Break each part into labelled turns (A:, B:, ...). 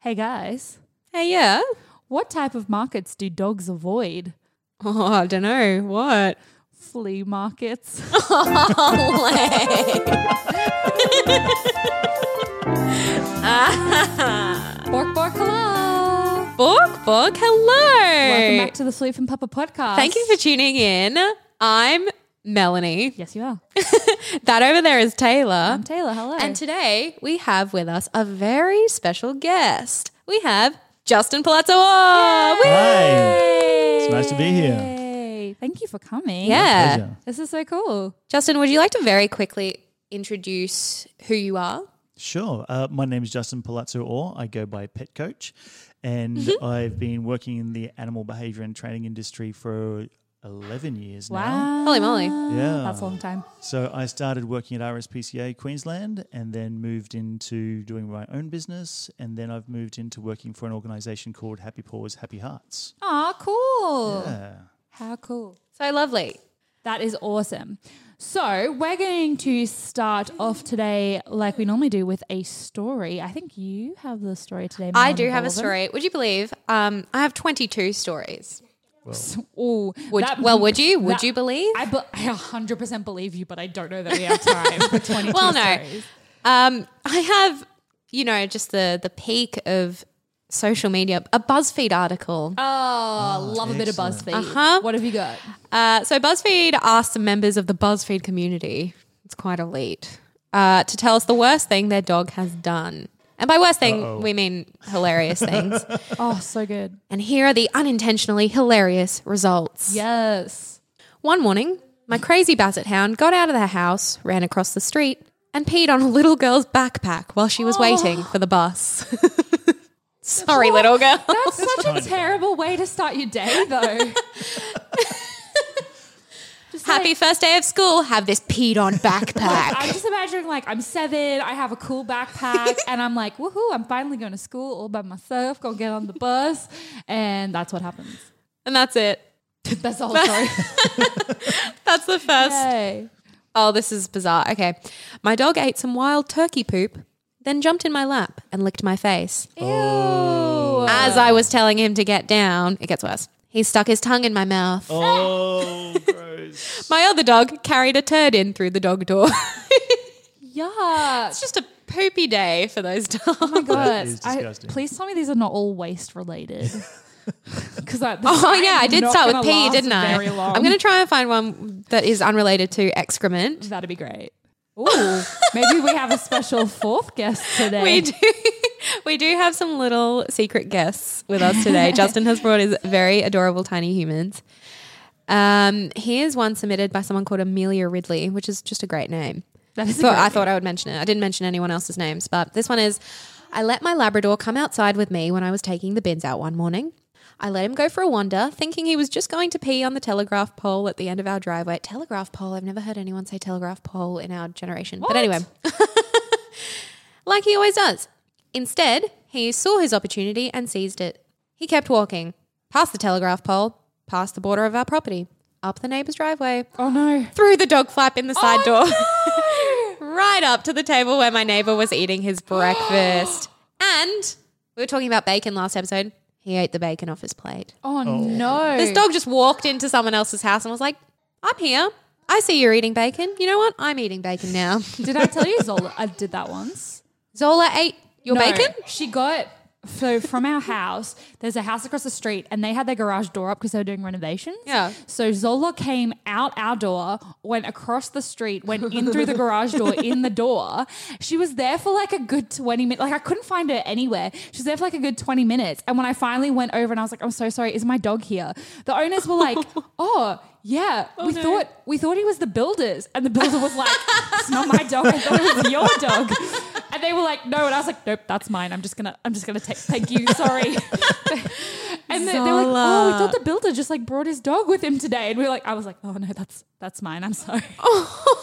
A: Hey guys,
B: Hey, yeah.
A: what type of markets do dogs avoid?
B: Oh, I don't know. What?
A: Flea markets. bork, bork, hello.
B: Bork, Bork,
A: Welcome
B: hello.
A: back to the Flea from Papa podcast.
B: Thank you for tuning in. I'm Melanie.
A: Yes, you are.
B: That over there is Taylor.
A: I'm Taylor, hello.
B: And today we have with us a very special guest. We have Justin Palazzo.
C: Hi. It's nice to be here.
A: Hey, thank you for coming.
B: Yeah.
C: Pleasure.
A: This is so cool.
B: Justin, would you like to very quickly introduce who you are?
C: Sure. Uh, my name is Justin Palazzo Orr. I go by Pet Coach, and I've been working in the animal behavior and training industry for 11 years now. Oh.
A: Wow.
B: Holy moly.
C: Yeah.
A: That's a long time.
C: So I started working at RSPCA Queensland and then moved into doing my own business. And then I've moved into working for an organization called Happy Paws, Happy Hearts.
A: Aw, cool.
C: Yeah.
A: How cool.
B: So lovely.
A: That is awesome. So, we're going to start off today like we normally do with a story. I think you have the story today.
B: I
A: Melanie
B: do have a
A: Bolvin.
B: story. Would you believe? Um, I have 22 stories.
A: Ooh,
B: Would,
A: that-
B: well, would you? Would
A: that-
B: you believe?
A: I, be- I 100% believe you, but I don't know that we have time for 22
B: Well, no.
A: stories.
B: Um, I have, you know, just the the peak of social media, a BuzzFeed article.
A: Oh, love a bit of BuzzFeed.
B: Uh-huh.
A: What have you got?
B: Uh, so BuzzFeed asked the members of the BuzzFeed community, it's quite elite, uh, to tell us the worst thing their dog has done. And by worst thing, we mean hilarious things.
A: Oh, so good.
B: and here are the unintentionally hilarious results.
A: Yes.
B: One morning, my crazy basset hound got out of the house, ran across the street, and peed on a little girl's backpack while she was waiting for the bus. Sorry, little girl.
A: That's such a terrible way to start your day, though.
B: Happy first day of school. Have this peed on
A: I'm
B: backpack.
A: just imagining like I'm seven, I have a cool backpack, and I'm like, woohoo, I'm finally going to school all by myself, gonna get on the bus, and that's what happens.
B: and that's it.
A: That's the whole story.
B: That's the first.
A: Yay.
B: Oh, this is bizarre. Okay. My dog ate some wild turkey poop, then jumped in my lap and licked my face.
A: Ew.
B: As I was telling him to get down, it gets worse. He stuck his tongue in my mouth.
C: Oh, gross.
B: My other dog carried a turd in through the dog door.
A: Yuck.
B: it's just a poopy day for those dogs.
A: Oh my
C: That
A: god!
C: is
A: I-
C: disgusting.
A: please tell me these are not all waste related. Because I
B: Oh yeah, I did start with pee,
A: P,
B: didn't I?
A: Very long.
B: I'm going to try and find one that is unrelated to excrement.
A: That'd be great. Ooh, maybe we have a special fourth guest today.
B: We do. We do have some little secret guests with us today. Justin has brought his very adorable tiny humans. Um, here's one submitted by someone called Amelia Ridley, which is just a great name.
A: That is a
B: So
A: great
B: I thought I would mention it. I didn't mention anyone else's names, but this one is I let my Labrador come outside with me when I was taking the bins out one morning. I let him go for a wander, thinking he was just going to pee on the telegraph pole at the end of our driveway. Telegraph pole? I've never heard anyone say telegraph pole in our generation. But anyway, like he always does. Instead, he saw his opportunity and seized it. He kept walking, past the telegraph pole, past the border of our property, up the neighbour's driveway,
A: Oh no!
B: through the dog flap in the side door, right up to the table where my neighbor was eating his breakfast. and we were talking about bacon last episode. He ate the bacon off his plate.
A: Oh, no!
B: This dog just walked into someone else's house and was like, I'm here. I see you're eating bacon. You know what? I'm eating bacon now.
A: Did I tell you Zola? I did that once.
B: Zola ate your
A: No,
B: bacon?
A: She got so from our house. There's a house across the street, and they had their garage door up because they were doing renovations.
B: Yeah.
A: So Zola came out our door, went across the street, went in through the garage door, in the door. She was there for like a good twenty minutes. Like I couldn't find her anywhere. She was there for like a good twenty minutes, and when I finally went over and I was like, "I'm so sorry, is my dog here?" The owners were like, "Oh." Yeah, we thought we thought he was the builders, and the builder was like, "It's not my dog. I thought it was your dog." And and they were like, no. And I was like, nope, that's mine. I'm just gonna, I'm just gonna take. Thank you. Sorry. and they, they were like, oh, we thought the builder just like brought his dog with him today. And we were like, I was like, oh no, that's that's mine. I'm sorry.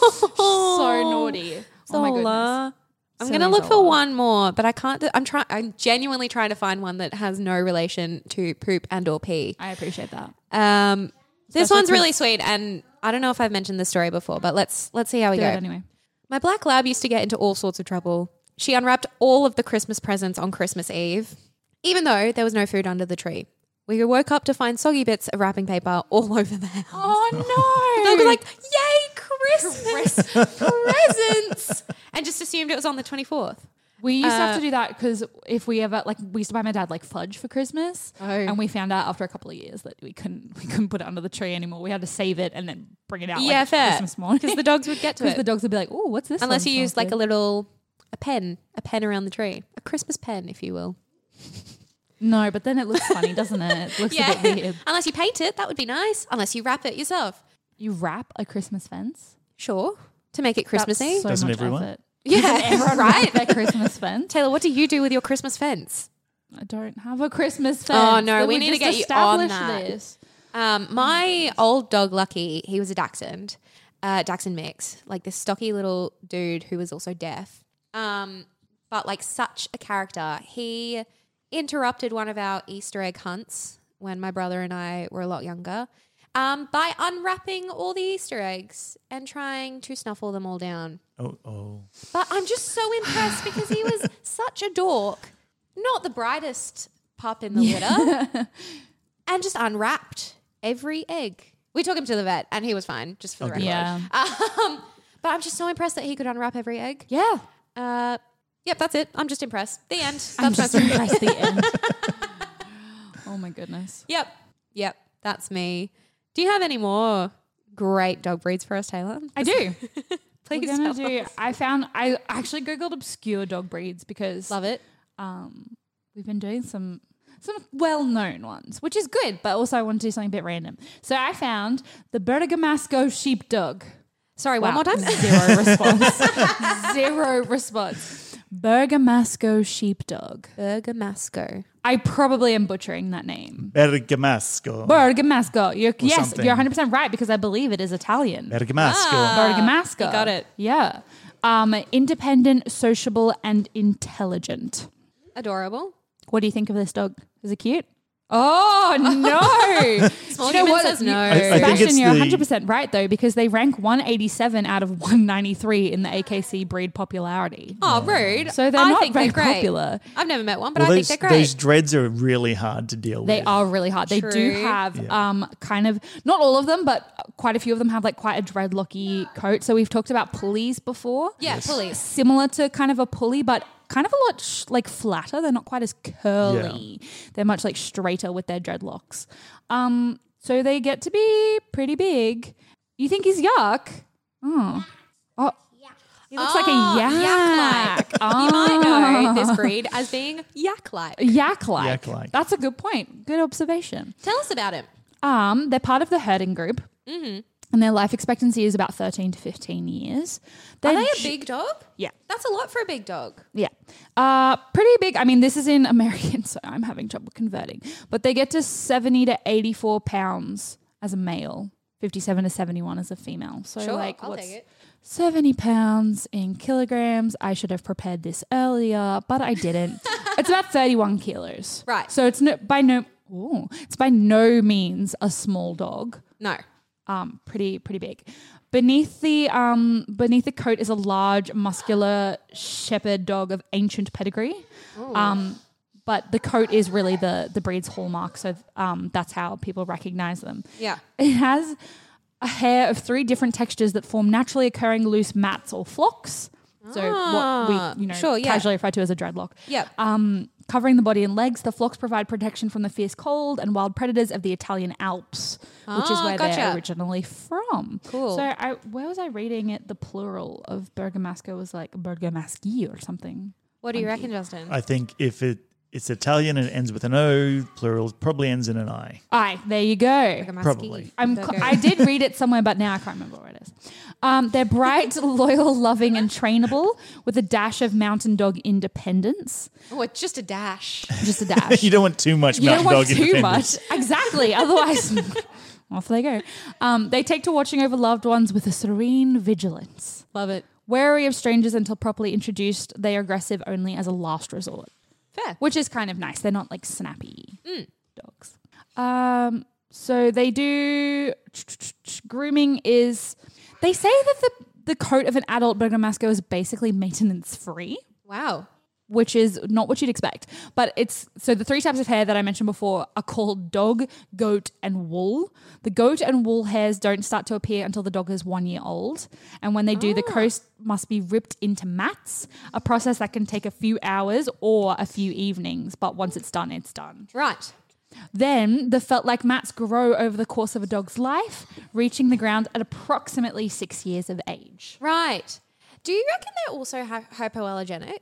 A: so naughty. Oh my goodness.
B: Zola. I'm gonna look for one more, but I can't. I'm trying. I'm genuinely trying to find one that has no relation to poop and or pee.
A: I appreciate that.
B: Um, this one's really sweet, and I don't know if I've mentioned this story before, but let's let's see how we
A: Do
B: go.
A: it anyway.
B: My black lab used to get into all sorts of trouble. She unwrapped all of the Christmas presents on Christmas Eve, even though there was no food under the tree. We woke up to find soggy bits of wrapping paper all over the house.
A: Oh no!
B: And I was like, "Yay, Christmas presents!" and just assumed it was on the twenty fourth.
A: We used to
B: Uh,
A: have to do that because if we ever like, we used to buy my dad like fudge for Christmas,
B: Oh.
A: and we found out after a couple of years that we couldn't we couldn't put it under the tree anymore. We had to save it and then bring it out.
B: Yeah,
A: like,
B: fair.
A: Christmas morning
B: Because the dogs would get to
A: because
B: it.
A: the dogs would be like, "Oh, what's this?"
B: Unless
A: one
B: you use
A: smell
B: like
A: good?"
B: a little a pen, a pen around the tree, a Christmas pen, if you will.
A: no, but then it looks funny, doesn't it? It looks a bit weird.
B: Unless you paint it, that would be nice. Unless you wrap it yourself.
A: You wrap a Christmas fence.
B: Sure. To make it Christmassy.
A: That's so
C: Doesn't
A: much
C: everyone?
A: effort.
B: yeah, right.
A: Their Christmas fence.
B: Taylor, what do you do with your Christmas fence?
A: I don't have a Christmas fence.
B: Oh, no,
A: Then
B: we need to
A: just
B: get you on
A: established
B: that.
A: This.
B: Um, my old dog Lucky, he was a dachshund, uh, dachshund mix, like this stocky little dude who was also deaf. Um, but like such a character, he interrupted one of our Easter egg hunts when my brother and I were a lot younger. Um, by unwrapping all the Easter eggs and trying to snuffle them all down.
C: Oh, oh.
B: But I'm just so impressed because he was such a dork. Not the brightest pup in the litter. and just unwrapped every egg. We took him to the vet and he was fine, just for the record.
A: Oh, Yeah.
B: Um, but I'm just so impressed that he could unwrap every egg.
A: Yeah.
B: Uh, yep, that's it. I'm just impressed. The end. That's
A: I'm
B: my
A: just
B: story.
A: impressed the end. oh my goodness.
B: Yep. Yep. That's me. Do you have any more great dog breeds for us, Taylor?
A: I do.
B: Please
A: We're gonna
B: tell
A: do. I found. I actually googled obscure dog breeds because
B: Love it.
A: um, we've been doing some some well-known ones, which is good. But also, I want to do something a bit random. So I found the Bergamasco sheepdog.
B: Sorry, one
A: Wow,
B: more time.
A: Zero response. Zero response. Bergamasco sheepdog.
B: Bergamasco.
A: I probably am butchering that name.
C: Bergamasco.
A: Bergamasco. You're, yes,
C: something.
A: you're 100% right because I believe it is Italian.
C: Bergamasco.
A: Bergamasco.
B: you Uh, got it.
A: Yeah. Um, independent, sociable, and intelligent.
B: Adorable.
A: What do you think of this dog? Is it cute? Oh no!
B: Small
A: Do you know
B: human
A: what?
B: says no. I- I
C: think
A: Sebastian,
C: it's
A: you're
C: the-
A: 100 percent right though, because they rank 187 out of 193 in the AKC breed popularity.
B: Oh, rude.
A: So they're
B: I
A: not
B: think
A: very
B: they're great.
A: popular.
B: I've never met one, but
C: Well,
B: I
C: those,
B: think they're great.
C: those dreads are really hard to deal
A: They
C: with.
A: are really hard. They do
B: True.
A: have um, kind of not all of them, but quite a few of them have like quite a dreadlocky coat. So we've talked about pulleys before.
B: yeah, police.
A: similar to kind of a pulley, but kind of a lot sh- like flatter. They're not quite as curly. They're much like straighter with their dreadlocks. Um, so they get to be pretty big. You think he's yuck? Oh, oh, he looks like
B: Oh,
A: a yak.
B: yak-like. You might know this breed as being yak-like.
A: Yak like.
C: Yak-like.
A: Oh, That's a good point. Good observation.
B: Tell us about him.
A: Um, they're part of the herding group. Mm-hmm. And their life expectancy is about 13 to 15 years.
B: Are
A: They're
B: they a
A: j-
B: big dog?
A: Yeah.
B: That's a lot for a big dog.
A: Yeah. Uh, pretty big. I mean, this is in American, so I'm having trouble converting. But they get to 70 to 84 pounds as a male, 57 to 71 as a female. So,
B: Sure,
A: like,
B: I'll
A: what's
B: take it.
A: 70 pounds in kilograms? I should have prepared this earlier, but I didn't. it's about 31 kilos.
B: Right.
A: So, it's no, by no. ooh, it's by no means a small dog
B: No.
A: um, pretty pretty big. Beneath the um, beneath the coat is a large, muscular shepherd dog of ancient pedigree. Um, but the coat is really the the breed's hallmark, so um, that's how people recognize them.
B: Yeah.
A: It has a hair of three different textures that form naturally occurring loose mats or flocks. So what we you know
B: Ah, sure, yeah.
A: casually refer to as a dreadlock.
B: Yep.
A: Um, covering the body and legs, the flocks provide protection from the fierce cold and wild predators of the Italian Alps, which is
B: Ah,
A: where they're
B: gotcha.
A: originally from.
B: Cool.
A: So I, where was I reading it? The plural of Bergamasco was like Bergamaschi or something.
B: What do you reckon, Justin?
C: I think if it It's Italian and it ends with an O. Plural probably ends in an I.
A: Aye, there you go.
C: Probably.
A: I'm co- I did read it somewhere, but now I can't remember where it is. Um, they're bright, loyal, loving, and trainable with a dash of mountain dog independence.
B: Oh, it's just a dash.
A: Just a dash.
C: You don't want too much
A: You
C: mountain
A: don't want
C: dog
A: too
C: independence.
A: much. Exactly. Otherwise, off they go. Um, they take to watching over loved ones with a serene vigilance.
B: Love it.
A: Wary of strangers until properly introduced, they are aggressive only as a last resort.
B: Fair.
A: Which is kind of nice. They're not like snappy dogs. Um, so they do grooming is they say that the the coat of an adult Berger Masco is basically maintenance free
B: Wow.
A: which is not what you'd expect. But it's so the three types of hair that I mentioned before are called dog, goat, and wool. The goat and wool hairs don't start to appear until the dog is one year old. And when they do, the coat must be ripped into mats, a process that can take a few hours or a few evenings. But once it's done, it's done.
B: Right.
A: Then the felt like mats grow over the course of a dog's life, reaching the ground at approximately six years of age.
B: Right. Do you reckon they're also hy- hypoallergenic?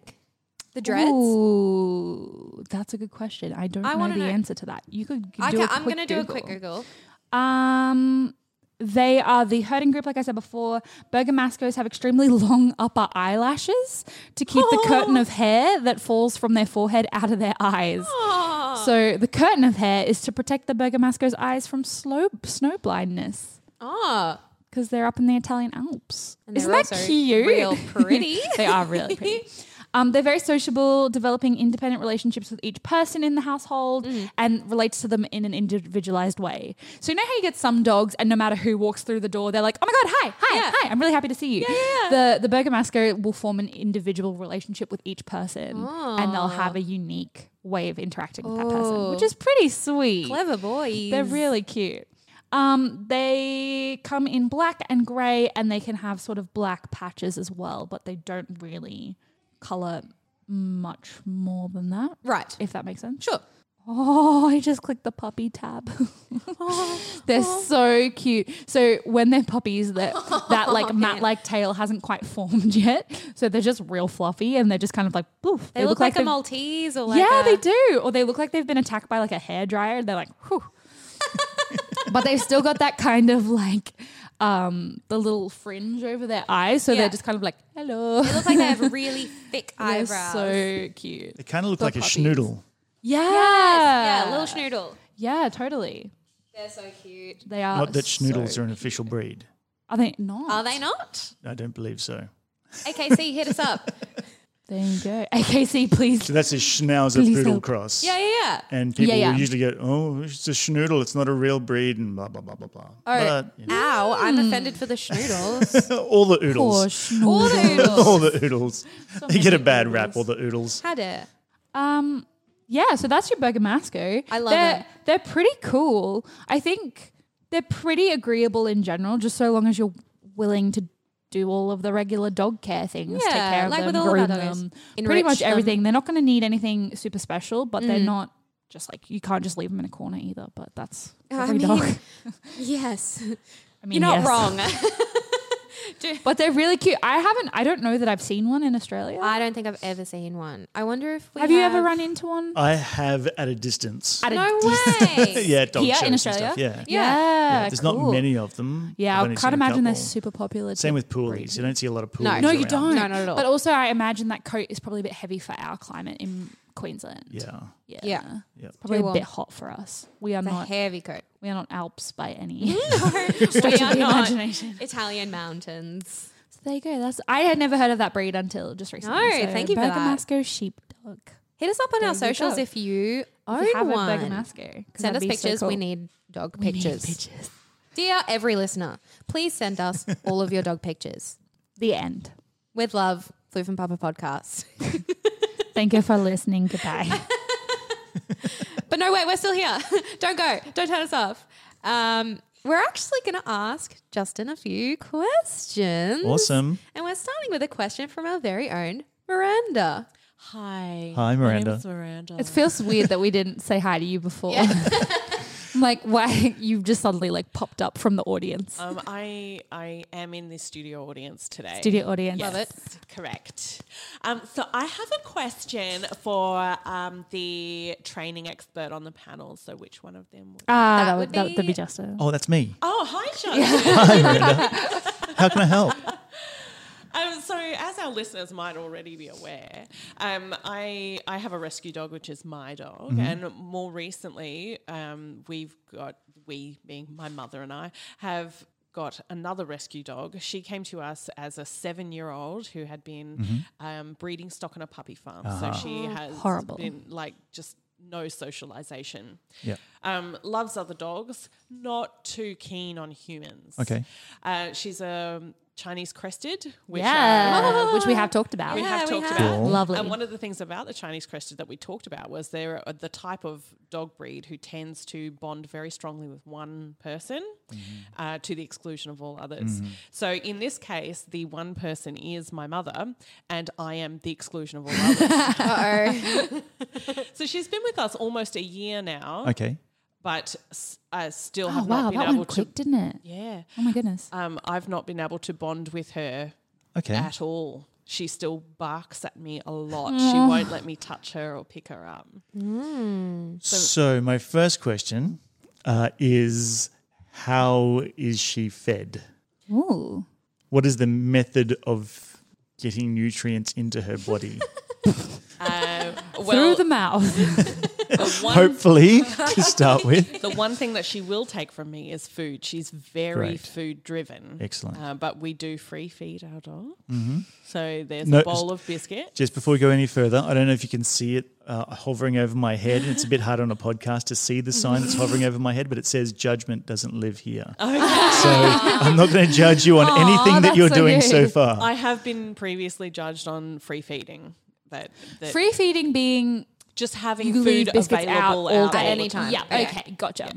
B: The dreads?
A: Ooh, that's a good question. I don't
B: I
A: know
B: wanna
A: the
B: know.
A: answer to that. You could g-
B: I
A: do
B: ca-
A: a
B: I'm
A: quick
B: going to do a quick Google.
A: Um, they are the herding group, like I said before. Bergamascos have extremely long upper eyelashes to keep the curtain of hair that falls from their forehead out of their eyes. So the curtain of hair is to protect the Bergamasco's eyes from slow snow blindness
B: Ah,
A: because they're up in the Italian Alps.
B: And
A: Isn't
B: they're
A: that
B: also
A: cute?
B: real pretty.
A: they are really pretty. Um, they're very sociable, developing independent relationships with each person in the household
B: Mm.
A: and relates to them in an individualized way. So, you know how you get some dogs, and no matter who walks through the door, they're like, oh my God, hi, hi,
B: Yeah.
A: hi, I'm really happy to see you. The, the Burger Masco will form an individual relationship with each person and they'll have
B: Oh.
A: a unique way of interacting with that person, which is pretty sweet.
B: clever boys.
A: They're really cute. Um, they come in black and grey, and they can have sort of black patches as well, but they don't really colour much more than that.
B: Right.
A: If that makes sense.
B: Sure.
A: Oh, I just clicked the puppy tab. they're
B: Oh.
A: so cute. So when they're puppies, that that like mat like tail hasn't quite formed yet. So they're just real fluffy and they're just kind of like poof.
B: They, look, like, a
A: they've-
B: Maltese or like
A: yeah,
B: a-
A: they do. Or they look like they've been attacked by like a hairdryer. They're like, whew. but they've still got that kind of like um the little fringe over their eyes. So
B: Yeah.
A: they're just kind of like, hello.
B: They look like they have really thick
A: They're
B: eyebrows.
A: so cute.
C: They kind of look like
A: puppies.
C: a schnoodle.
A: Yeah.
B: yeah, little schnoodle.
A: Yeah, totally.
B: They're so cute.
A: They are.
C: Not that
A: so-
C: schnoodles are an official breed.
A: Are they not?
B: Are they not?
C: I don't believe so.
B: AKC, hit us up.
A: There you go. AKC, please.
C: So that's a Schnauzer
A: Please
C: Poodle
A: help.
C: cross.
B: Yeah, yeah, yeah.
C: And people
A: Yeah, yeah.
C: will usually get, oh, it's a schnoodle. It's not a real breed and blah, blah, blah, blah, blah. but you know,
B: Ow, I'm offended for the schnoodles.
C: all the oodles.
A: Poor schnoodle.
B: All the oodles.
C: all the oodles. they get a bad rap, all the oodles.
B: Had it.
A: Um, yeah, so that's your Burger Masco.
B: I love
A: they're,
B: it.
A: They're pretty cool. I think they're pretty agreeable in general, just so long as you're willing to do all of the regular dog care things, take
B: Yeah,
A: care of
B: like
A: them,
B: with all of
A: groom
B: our dogs.
A: them, pretty
B: Enrich
A: much
B: them. Mm.
A: everything. They're not going to need anything super special, but they're not just like you can't just leave them in a corner either. But that's every dog.
B: yes.
A: I mean,
B: You're not
A: yes.
B: wrong.
A: but they're really cute. I haven't. I don't know that I've seen one in Australia.
B: I don't think I've ever seen one. I wonder if we
A: have you ever run into one?
C: I have at a distance.
A: At a
B: No
A: dis-
B: way.
C: yeah, dog
A: Here
C: shows
A: in
C: and
A: Australia?
C: stuff. Yeah.
A: Yeah,
C: There's
A: cool.
C: not many of them.
A: Yeah,
C: I've
A: I
C: only
A: can't
C: seen a
A: imagine they're
C: couple.
A: super popular.
C: Same
A: to
C: with
A: breed.
C: poolies. You don't see a lot of poolies.
A: No,
B: No,
A: you
C: around.
A: don't.
B: No, not at all.
A: But also, I imagine that coat is probably a bit heavy for our climate in Queensland.
C: Yeah.
A: yeah,
B: Yeah.
C: Yep.
A: probably
B: Too
A: a
B: warm.
A: bit hot for us. We are
B: It's a
A: not.
B: heavy coat.
A: we are not Alps by any
B: we
A: stretch of
B: are
A: the
B: not
A: imagination.
B: Italian mountains.
A: So there you go. That's I had never heard of that breed until just recently.
B: No,
A: so
B: thank you for that.
A: Bergamasco sheepdog.
B: Hit us up on our
A: There you
B: socials
A: go.
B: if you own
A: If you have
B: one.
A: a Bergamasco, 'cause that'd
B: Send us
A: be so
B: pictures. We
A: cool.
B: need dog
A: We need
B: pictures.
A: pictures.
B: Dear every listener, please send us all of your dog pictures.
A: The end.
B: With love, Floof and Papa podcast.
A: Thank you for listening. Goodbye.
B: But no, wait, we're still here. Don't go. Don't turn us off. Um, we're actually going to ask Justin a few questions.
C: Awesome.
B: And we're starting with a question from our very own Miranda.
C: Hi,
D: Hi. My name
C: Miranda.
D: is Miranda.
A: it feels weird that we didn't say hi to you before. Like, why you've just suddenly like popped up from the audience,
D: Um, I I am in the studio audience today.
A: studio audience.
D: Yes, Correct. Um, so I have a question for um, the training expert on the panel. So which one of them? Would...
A: Ah, that,
B: would
A: would that,
B: be-
A: would be Justin.
C: Oh, that's me.
D: oh, hi, Justin.
C: How can I help?
D: Um, so, as our listeners might already be aware, um, I I have a rescue dog, which is my dog, and more recently, um, we've got we being my mother and I have got another rescue dog. She came to us as a seven-year-old who had been um, breeding stock on a puppy farm, so she has
A: horrible.
D: been like just no socialization.
C: Yeah.
D: Um, loves other dogs, not too keen on humans.
C: Okay.
D: Uh, she's a Chinese crested, which uh,
A: Yeah, which we have talked about.
D: we have
B: we
D: talked
B: have.
D: about.
C: Cool.
A: Lovely.
D: And one of the things about the Chinese crested that we talked about was they're uh, the type of dog breed who tends to bond very strongly with one person uh, to the exclusion of all others. So in this case, the one person is my mother, and I am the exclusion of all others.
B: Uh-oh.
D: so she's been with us almost a year now,
C: Okay.
D: but s- I still
A: Oh
D: have
A: wow,
D: not been
A: that
D: able
A: went
D: to.
A: quick, didn't it?
D: Yeah.
A: Oh my goodness.
D: Um, I've not been able to bond with her
C: Okay.
D: at all. She still barks at me a lot. She
A: Ah.
D: won't let me touch her or pick her up.
C: So my first question uh, is, how is she fed?
A: Ooh.
C: What is the method of getting nutrients into her body?
D: Uh,
A: Through
D: well,
A: the
D: the,
A: mouth.
D: one,
C: Hopefully, to start with.
D: the one thing that she will take from me is food. She's very
C: Great.
D: food driven.
C: Excellent. Mm-hmm.
D: Uh, but we do free feed our dog. So there's
C: No,
D: a bowl of biscuit.
C: Just before we go any further, I don't know if you can see it uh, hovering over my head, and it's a bit hard on a podcast to see the sign that's hovering over my head, but it says "Judgment doesn't live here." So I'm not going to judge you on anything that
A: that's
C: you're
A: so
C: doing
A: good.
C: so far.
D: I have been previously judged on free feeding. That, that
A: Free feeding being
D: just
A: you
D: having
A: can leave
D: food
A: biscuits
D: available
A: out all
D: out
A: day.
B: At any time.
A: Yeah,
B: Okay.
A: okay, gotcha.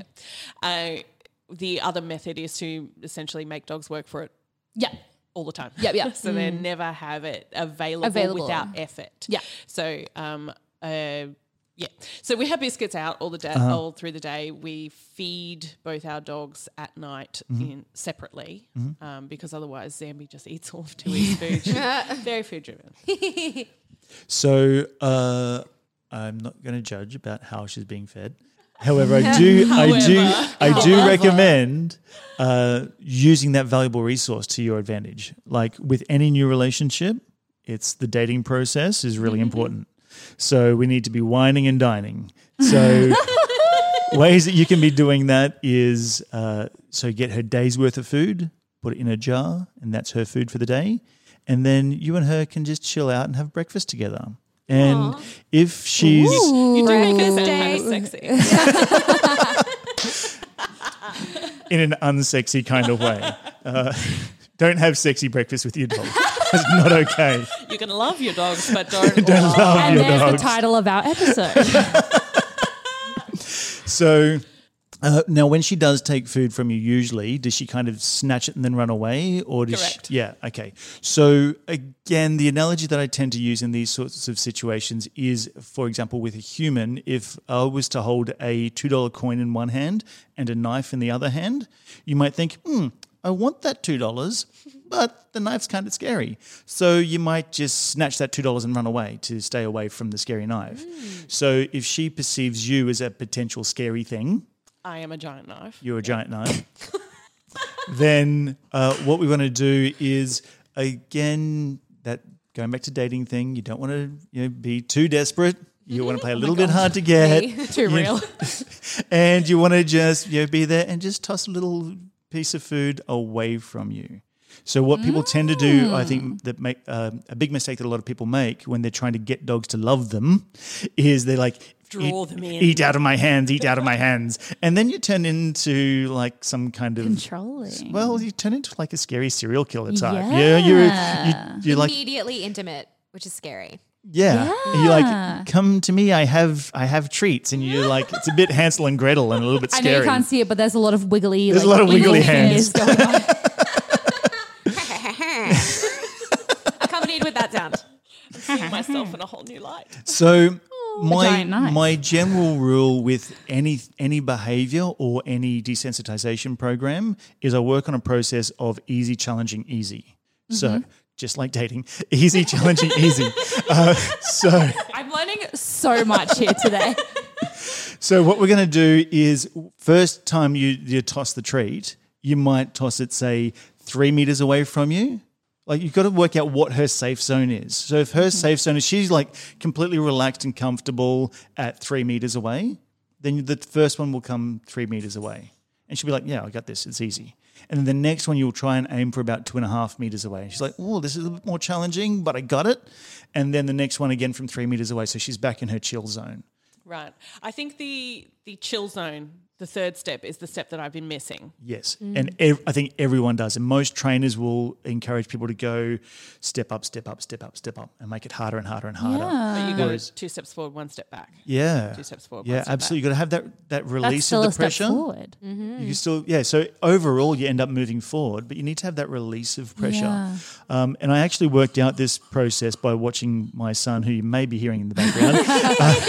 D: Uh, the other method is to essentially make dogs work for it
A: Yeah.
D: all the time.
A: Yep, yep.
D: so they never have it available,
A: Available. Mm.
D: without effort.
A: Yeah.
D: So um uh yeah. So we have biscuits out all the day, all through the day. We feed both our dogs at night in separately, um, because otherwise Zambi just eats all of Tui's food. She's very food driven.
C: So uh, I'm not going to judge about how she's being fed. However, I do, I do, I do recommend uh, using that valuable resource to your advantage. Like with any new relationship, it's the dating process is really important. So we need to be whining and dining. So ways that you can be doing that is uh, so get her day's worth of food, put it in a jar, and that's her food for the day. And then you and her can just chill out and have breakfast together. And if she's
D: You do make it
B: Breakfast
D: sound kind of sexy.
C: in an unsexy kind of way, uh, don't have sexy breakfast with your dog. It's not okay.
D: You can love your dogs, but don't,
C: Don't love
A: And
C: your
A: there's
C: dog.
A: the title of our episode.
C: So uh, now, when she does take food from you, usually does she kind of snatch it and then run away, or does
D: Correct.
C: she? Yeah. Okay. So again, the analogy that I tend to use in these sorts of situations is, for example, with a human, if I was to hold a two dollar coin in one hand and a knife in the other hand, you might think, hmm. I want that two dollars, but the knife's kind of scary. So you might just snatch that two dollars and run away to stay away from the scary knife. So if she perceives you as a potential scary thing,
D: I am a giant knife.
C: you're a giant knife. then uh, what we want to do is again that going back to dating thing. You don't want to you know, be too desperate. You
D: Mm-hmm.
C: want to
D: Oh
C: play a little bit hard to get, too real, and you want to just you know be there and just toss a little piece of food away from you. So what people tend to do, I
D: Mm.
C: think, that make um a big mistake that a lot of people make when they're trying to get dogs to love them, is they're like
D: Draw
C: eat,
D: them in.
C: eat out of my hands, eat out of my hands, and then you turn into like some kind of
A: Controlling.
C: well, you turn into like a scary serial killer type. Yeah, you're you, you're like
B: Immediately intimate, which is scary.
C: yeah. And You're like come to me. I have I have treats, and you're like it's a bit Hansel and Gretel and a little bit
A: I know you
C: scary.
A: can't see it, but there's a lot of wiggly.
C: There's a
A: like,
C: lot of wiggly
A: fingers going on.
B: Accompanied with that sound.
D: Seeing myself in a whole new light.
C: so my
A: Oh, giant knife.
C: my general rule with any any behavior or any desensitization program is I work on a process of easy, challenging, easy. So
A: Mm-hmm.
C: just like dating, easy, challenging, easy. Uh, so
A: I'm learning so much here today.
C: so what we're going to do is first time you you toss the treat, you might toss it say three meters away from you. Like you've got to work out what her safe zone is. So if her safe zone is she's like completely relaxed and comfortable at three meters away, then the first one will come three meters away, and she'll be like, "Yeah, I got this. It's easy." And then the next one you'll try and aim for about two and a half meters away. And she's like, "Oh, this is a bit more challenging, but I got it." And then the next one again from three meters away, so she's back in her chill zone.
D: Right. I think the the chill zone, the third step, is the step that I've been missing.
C: Yes, and ev- I think everyone does, and most trainers will encourage people to go step up, step up, step up, step up, and make it harder and harder and harder.
D: But you
C: Yeah,
D: go two steps forward, one step back.
C: yeah.
D: Two steps forward, one
C: Yeah,
D: step
C: absolutely. You got to have that that
A: That's
C: release
A: still
C: of
A: a
C: the
A: step
C: pressure.
A: forward.
C: You can still, yeah. So overall, you end up moving forward, but you need to have that release of pressure.
A: Yeah.
C: Um, and I actually worked out this process by watching my son, who you may be hearing in the background,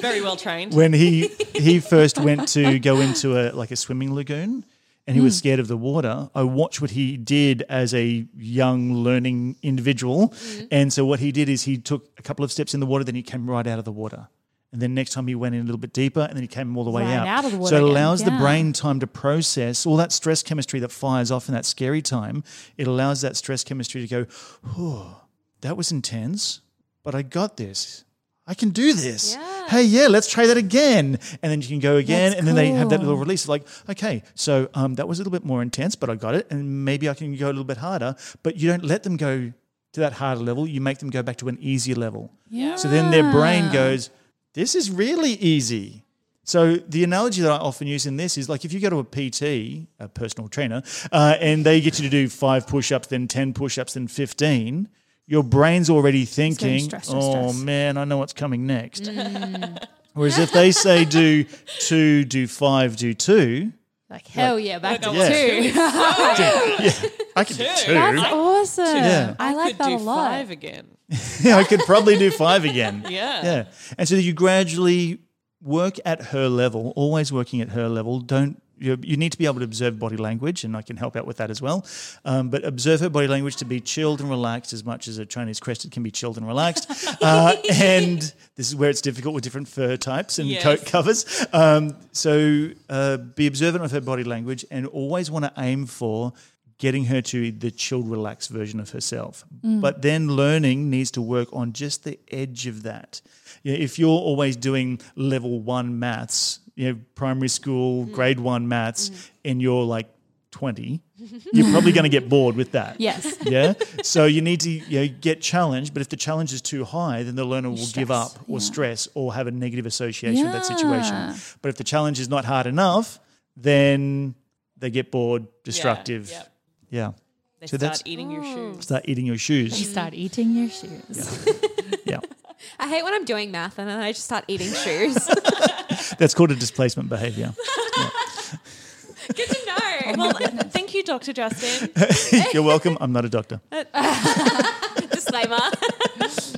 D: Very well trained.
C: when he he first went to go into a like a swimming lagoon and he was
A: Hmm.
C: scared of the water i watched what he did as a young learning individual
A: Hmm.
C: and so what he did is he took a couple of steps in the water then he came right out of the water and then next time he went in a little bit deeper and then he came all the way
A: Right
C: out.
A: out of the water
C: so it
A: again,
C: allows the
A: yeah.
C: brain time to process all that stress chemistry that fires off in that scary time. It allows that stress chemistry to go, oh, that was intense, but I got this. I can do this. Hey, yeah, let's try that again. And then you can go again.
A: That's
C: and then they have that
A: cool.
C: little release like, okay, so um, that was a little bit more intense, but I got it. And maybe I can go a little bit harder. But you don't let them go to that harder level. You make them go back to an easier level.
A: Yeah.
C: So then their brain goes, this is really easy. So the analogy that I often use in this is like if you go to a PT, a personal trainer, uh, and they get you to do five push-ups, then ten push-ups, then fifteen. Your brain's already thinking,
A: stress, stress,
C: "Oh
A: stress."
C: man, I know what's coming next." Whereas if they say do two, do five, do two,
B: Like, hell yeah, back to
C: Yeah.
B: two.
C: I can do two.
A: That's awesome.
C: Yeah.
A: I like
D: could
A: that
D: do
A: a lot.
D: five again.
C: Yeah, I could probably do five again.
D: Yeah.
C: Yeah. And so you gradually work at her level, always working at her level. Don't you, you need to be able to observe body language, and I can help out with that as well. Um, but observe her body language to be chilled and relaxed as much as a Chinese crested can be chilled and relaxed. Uh, and this is where it's difficult with different fur types and
D: Yes.
C: coat covers. Um, so uh, be observant of her body language and always want to aim for getting her to the chilled, relaxed version of herself.
A: Mm.
C: But then learning needs to work on just the edge of that. You know, if you're always doing level one maths, you know, primary school,
A: Mm.
C: grade one maths, and you're like 20, you're probably going to get bored with that.
A: Yes.
C: Yeah. So you need to you know, get challenged, but if the challenge is too high, then the learner will give up
A: stress,
C: or stress or have a negative association with that situation. But if the challenge is not hard enough, then they get bored, destructive. Yeah.
D: yep. They
C: so
D: start
C: that's
D: eating
A: Mm.
D: your shoes.
C: start eating your
A: You
C: shoes.
A: start eating your shoes.
C: yeah.
B: I hate when I'm doing math and then I just start eating shoes.
C: That's called a displacement behavior.
B: Good to know.
D: Well, thank you, Dr. Justin.
C: You're welcome. I'm not a doctor.
B: Disclaimer. that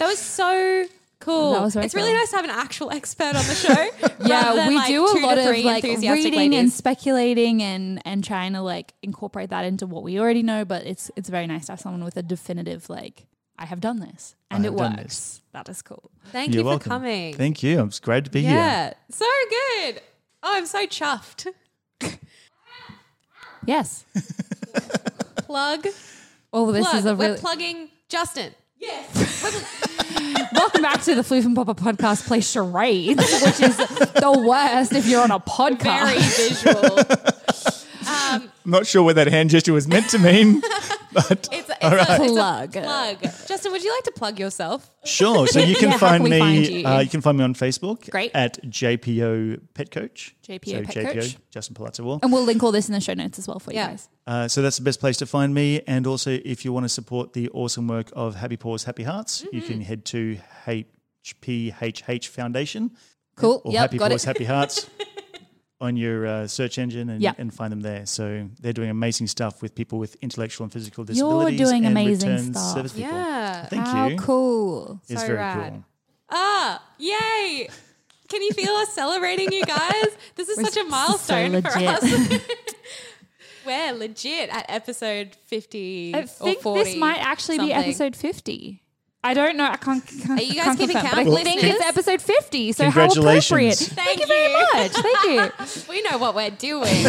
B: was so cool.
A: That was very
B: it's really
A: cool.
B: nice to have an actual expert on the show.
A: yeah,
B: rather than,
A: we
B: like,
A: do a
B: two to
A: lot of
B: three
A: like reading
B: enthusiastic
A: and
B: ladies.
A: speculating and and trying to like incorporate that into what we already know. But it's it's very nice to have someone with a definitive like I have done this and it
C: have done
A: works. That is cool.
B: Thank
C: You're
B: you for
C: welcome.
B: coming.
C: Thank you. It's great to be
B: yeah.
C: here.
B: So good. Oh, I'm so chuffed.
A: Yes.
B: Plug.
A: All of this
B: plug.
A: is a
B: We're
A: really
B: plugging Justin.
A: welcome back to the Floof and Popper podcast. Play charades, which is the worst if you're on a podcast.
B: Very visual. Um,
C: I'm not sure what that hand gesture was meant to mean.
B: It's, a- it's, a, it's a
A: Plug.
B: plug. Justin, would you like to plug yourself?
C: Sure. So you can
A: Yeah, how can
C: find
A: we
C: me.
A: find you?
C: Uh, you can find me on Facebook.
B: Great.
C: At JPO Pet Coach.
B: JPO
C: so
B: Pet
C: JPO
B: Coach.
C: Justin Palazzo Wall.
A: And we'll link all this in the show notes as well for
B: Yeah.
A: you guys.
C: Uh, so that's the best place to find me. And also, if you want to support the awesome work of Happy Paws, Happy Hearts, you
A: Mm-hmm.
C: can head to HPHH Foundation
A: Cool.
C: or
A: yep.
C: Happy
A: got
C: Paws,
A: it.
C: Happy Hearts on your uh, search engine and,
A: Yeah.
C: and find them there. So they're doing amazing stuff with people with intellectual and physical
A: You're
C: disabilities.
A: doing
C: and
A: amazing
C: returned
A: stuff. Oh,
C: Service people.
B: Yeah.
C: Thank
A: How
C: you.
A: Ah, cool.
C: It's
B: So
C: very
B: rad.
C: cool.
B: Ah, yay. Can you feel us celebrating, you guys? This is such a milestone for us. We're legit at episode 50
A: I
B: or
A: think
B: 40.
A: this might actually be
B: something.
A: episode 50. I don't know. I can't. can't
B: Are you guys
A: can't
B: keeping
A: confirm,
B: count,
A: but I think
B: listeners?
A: it's episode 50. So how appropriate.
C: Congratulations.
A: Thank
B: Thank,
A: you very much. Thank you.
B: We know what we're doing.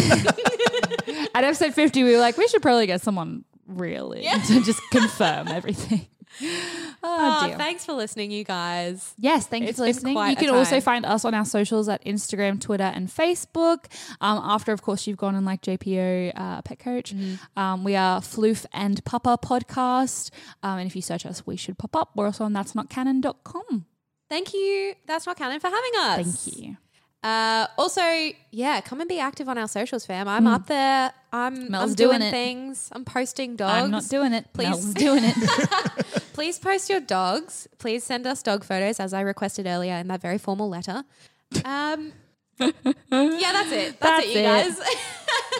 A: At episode 50, we were like, we should probably get someone real in to just confirm everything. Oh,
B: oh,
A: dear.
B: thanks for listening, you guys.
A: Yes, thank you
B: It's
A: for
B: been
A: listening.
B: quite
A: You
B: a
A: can also
B: time.
A: find us on our socials at Instagram, Twitter, and Facebook. Um, after, of course, you've gone and like JPO uh, Pet Coach.
B: Mm.
A: Um, we are Floof and Papa Podcast. Um, and if you search us, we should pop up. We're also on that's not canon.com.
B: Thank you. That's not canon for having us.
A: Thank you.
B: Uh, also, yeah, come and be active on our socials, fam. I'm up there. I'm,
A: Hmm. Mel's
B: I'm doing,
A: doing it.
B: things. I'm posting dogs.
A: I'm not doing it.
B: Please.
A: Mel's doing it.
B: Please post your dogs. Please send us dog photos, as I requested earlier in that very formal letter. Um, yeah, that's it. That's, it, you
A: That's
B: guys.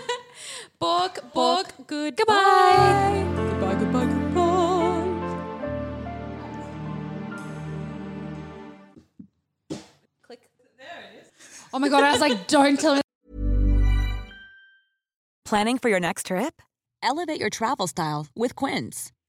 B: bork, bork, good.
A: Goodbye.
B: Goodbye, goodbye, goodbye. Click.
A: oh my God. I was like, don't tell me.
E: Planning for your next trip? Elevate your travel style with Quince.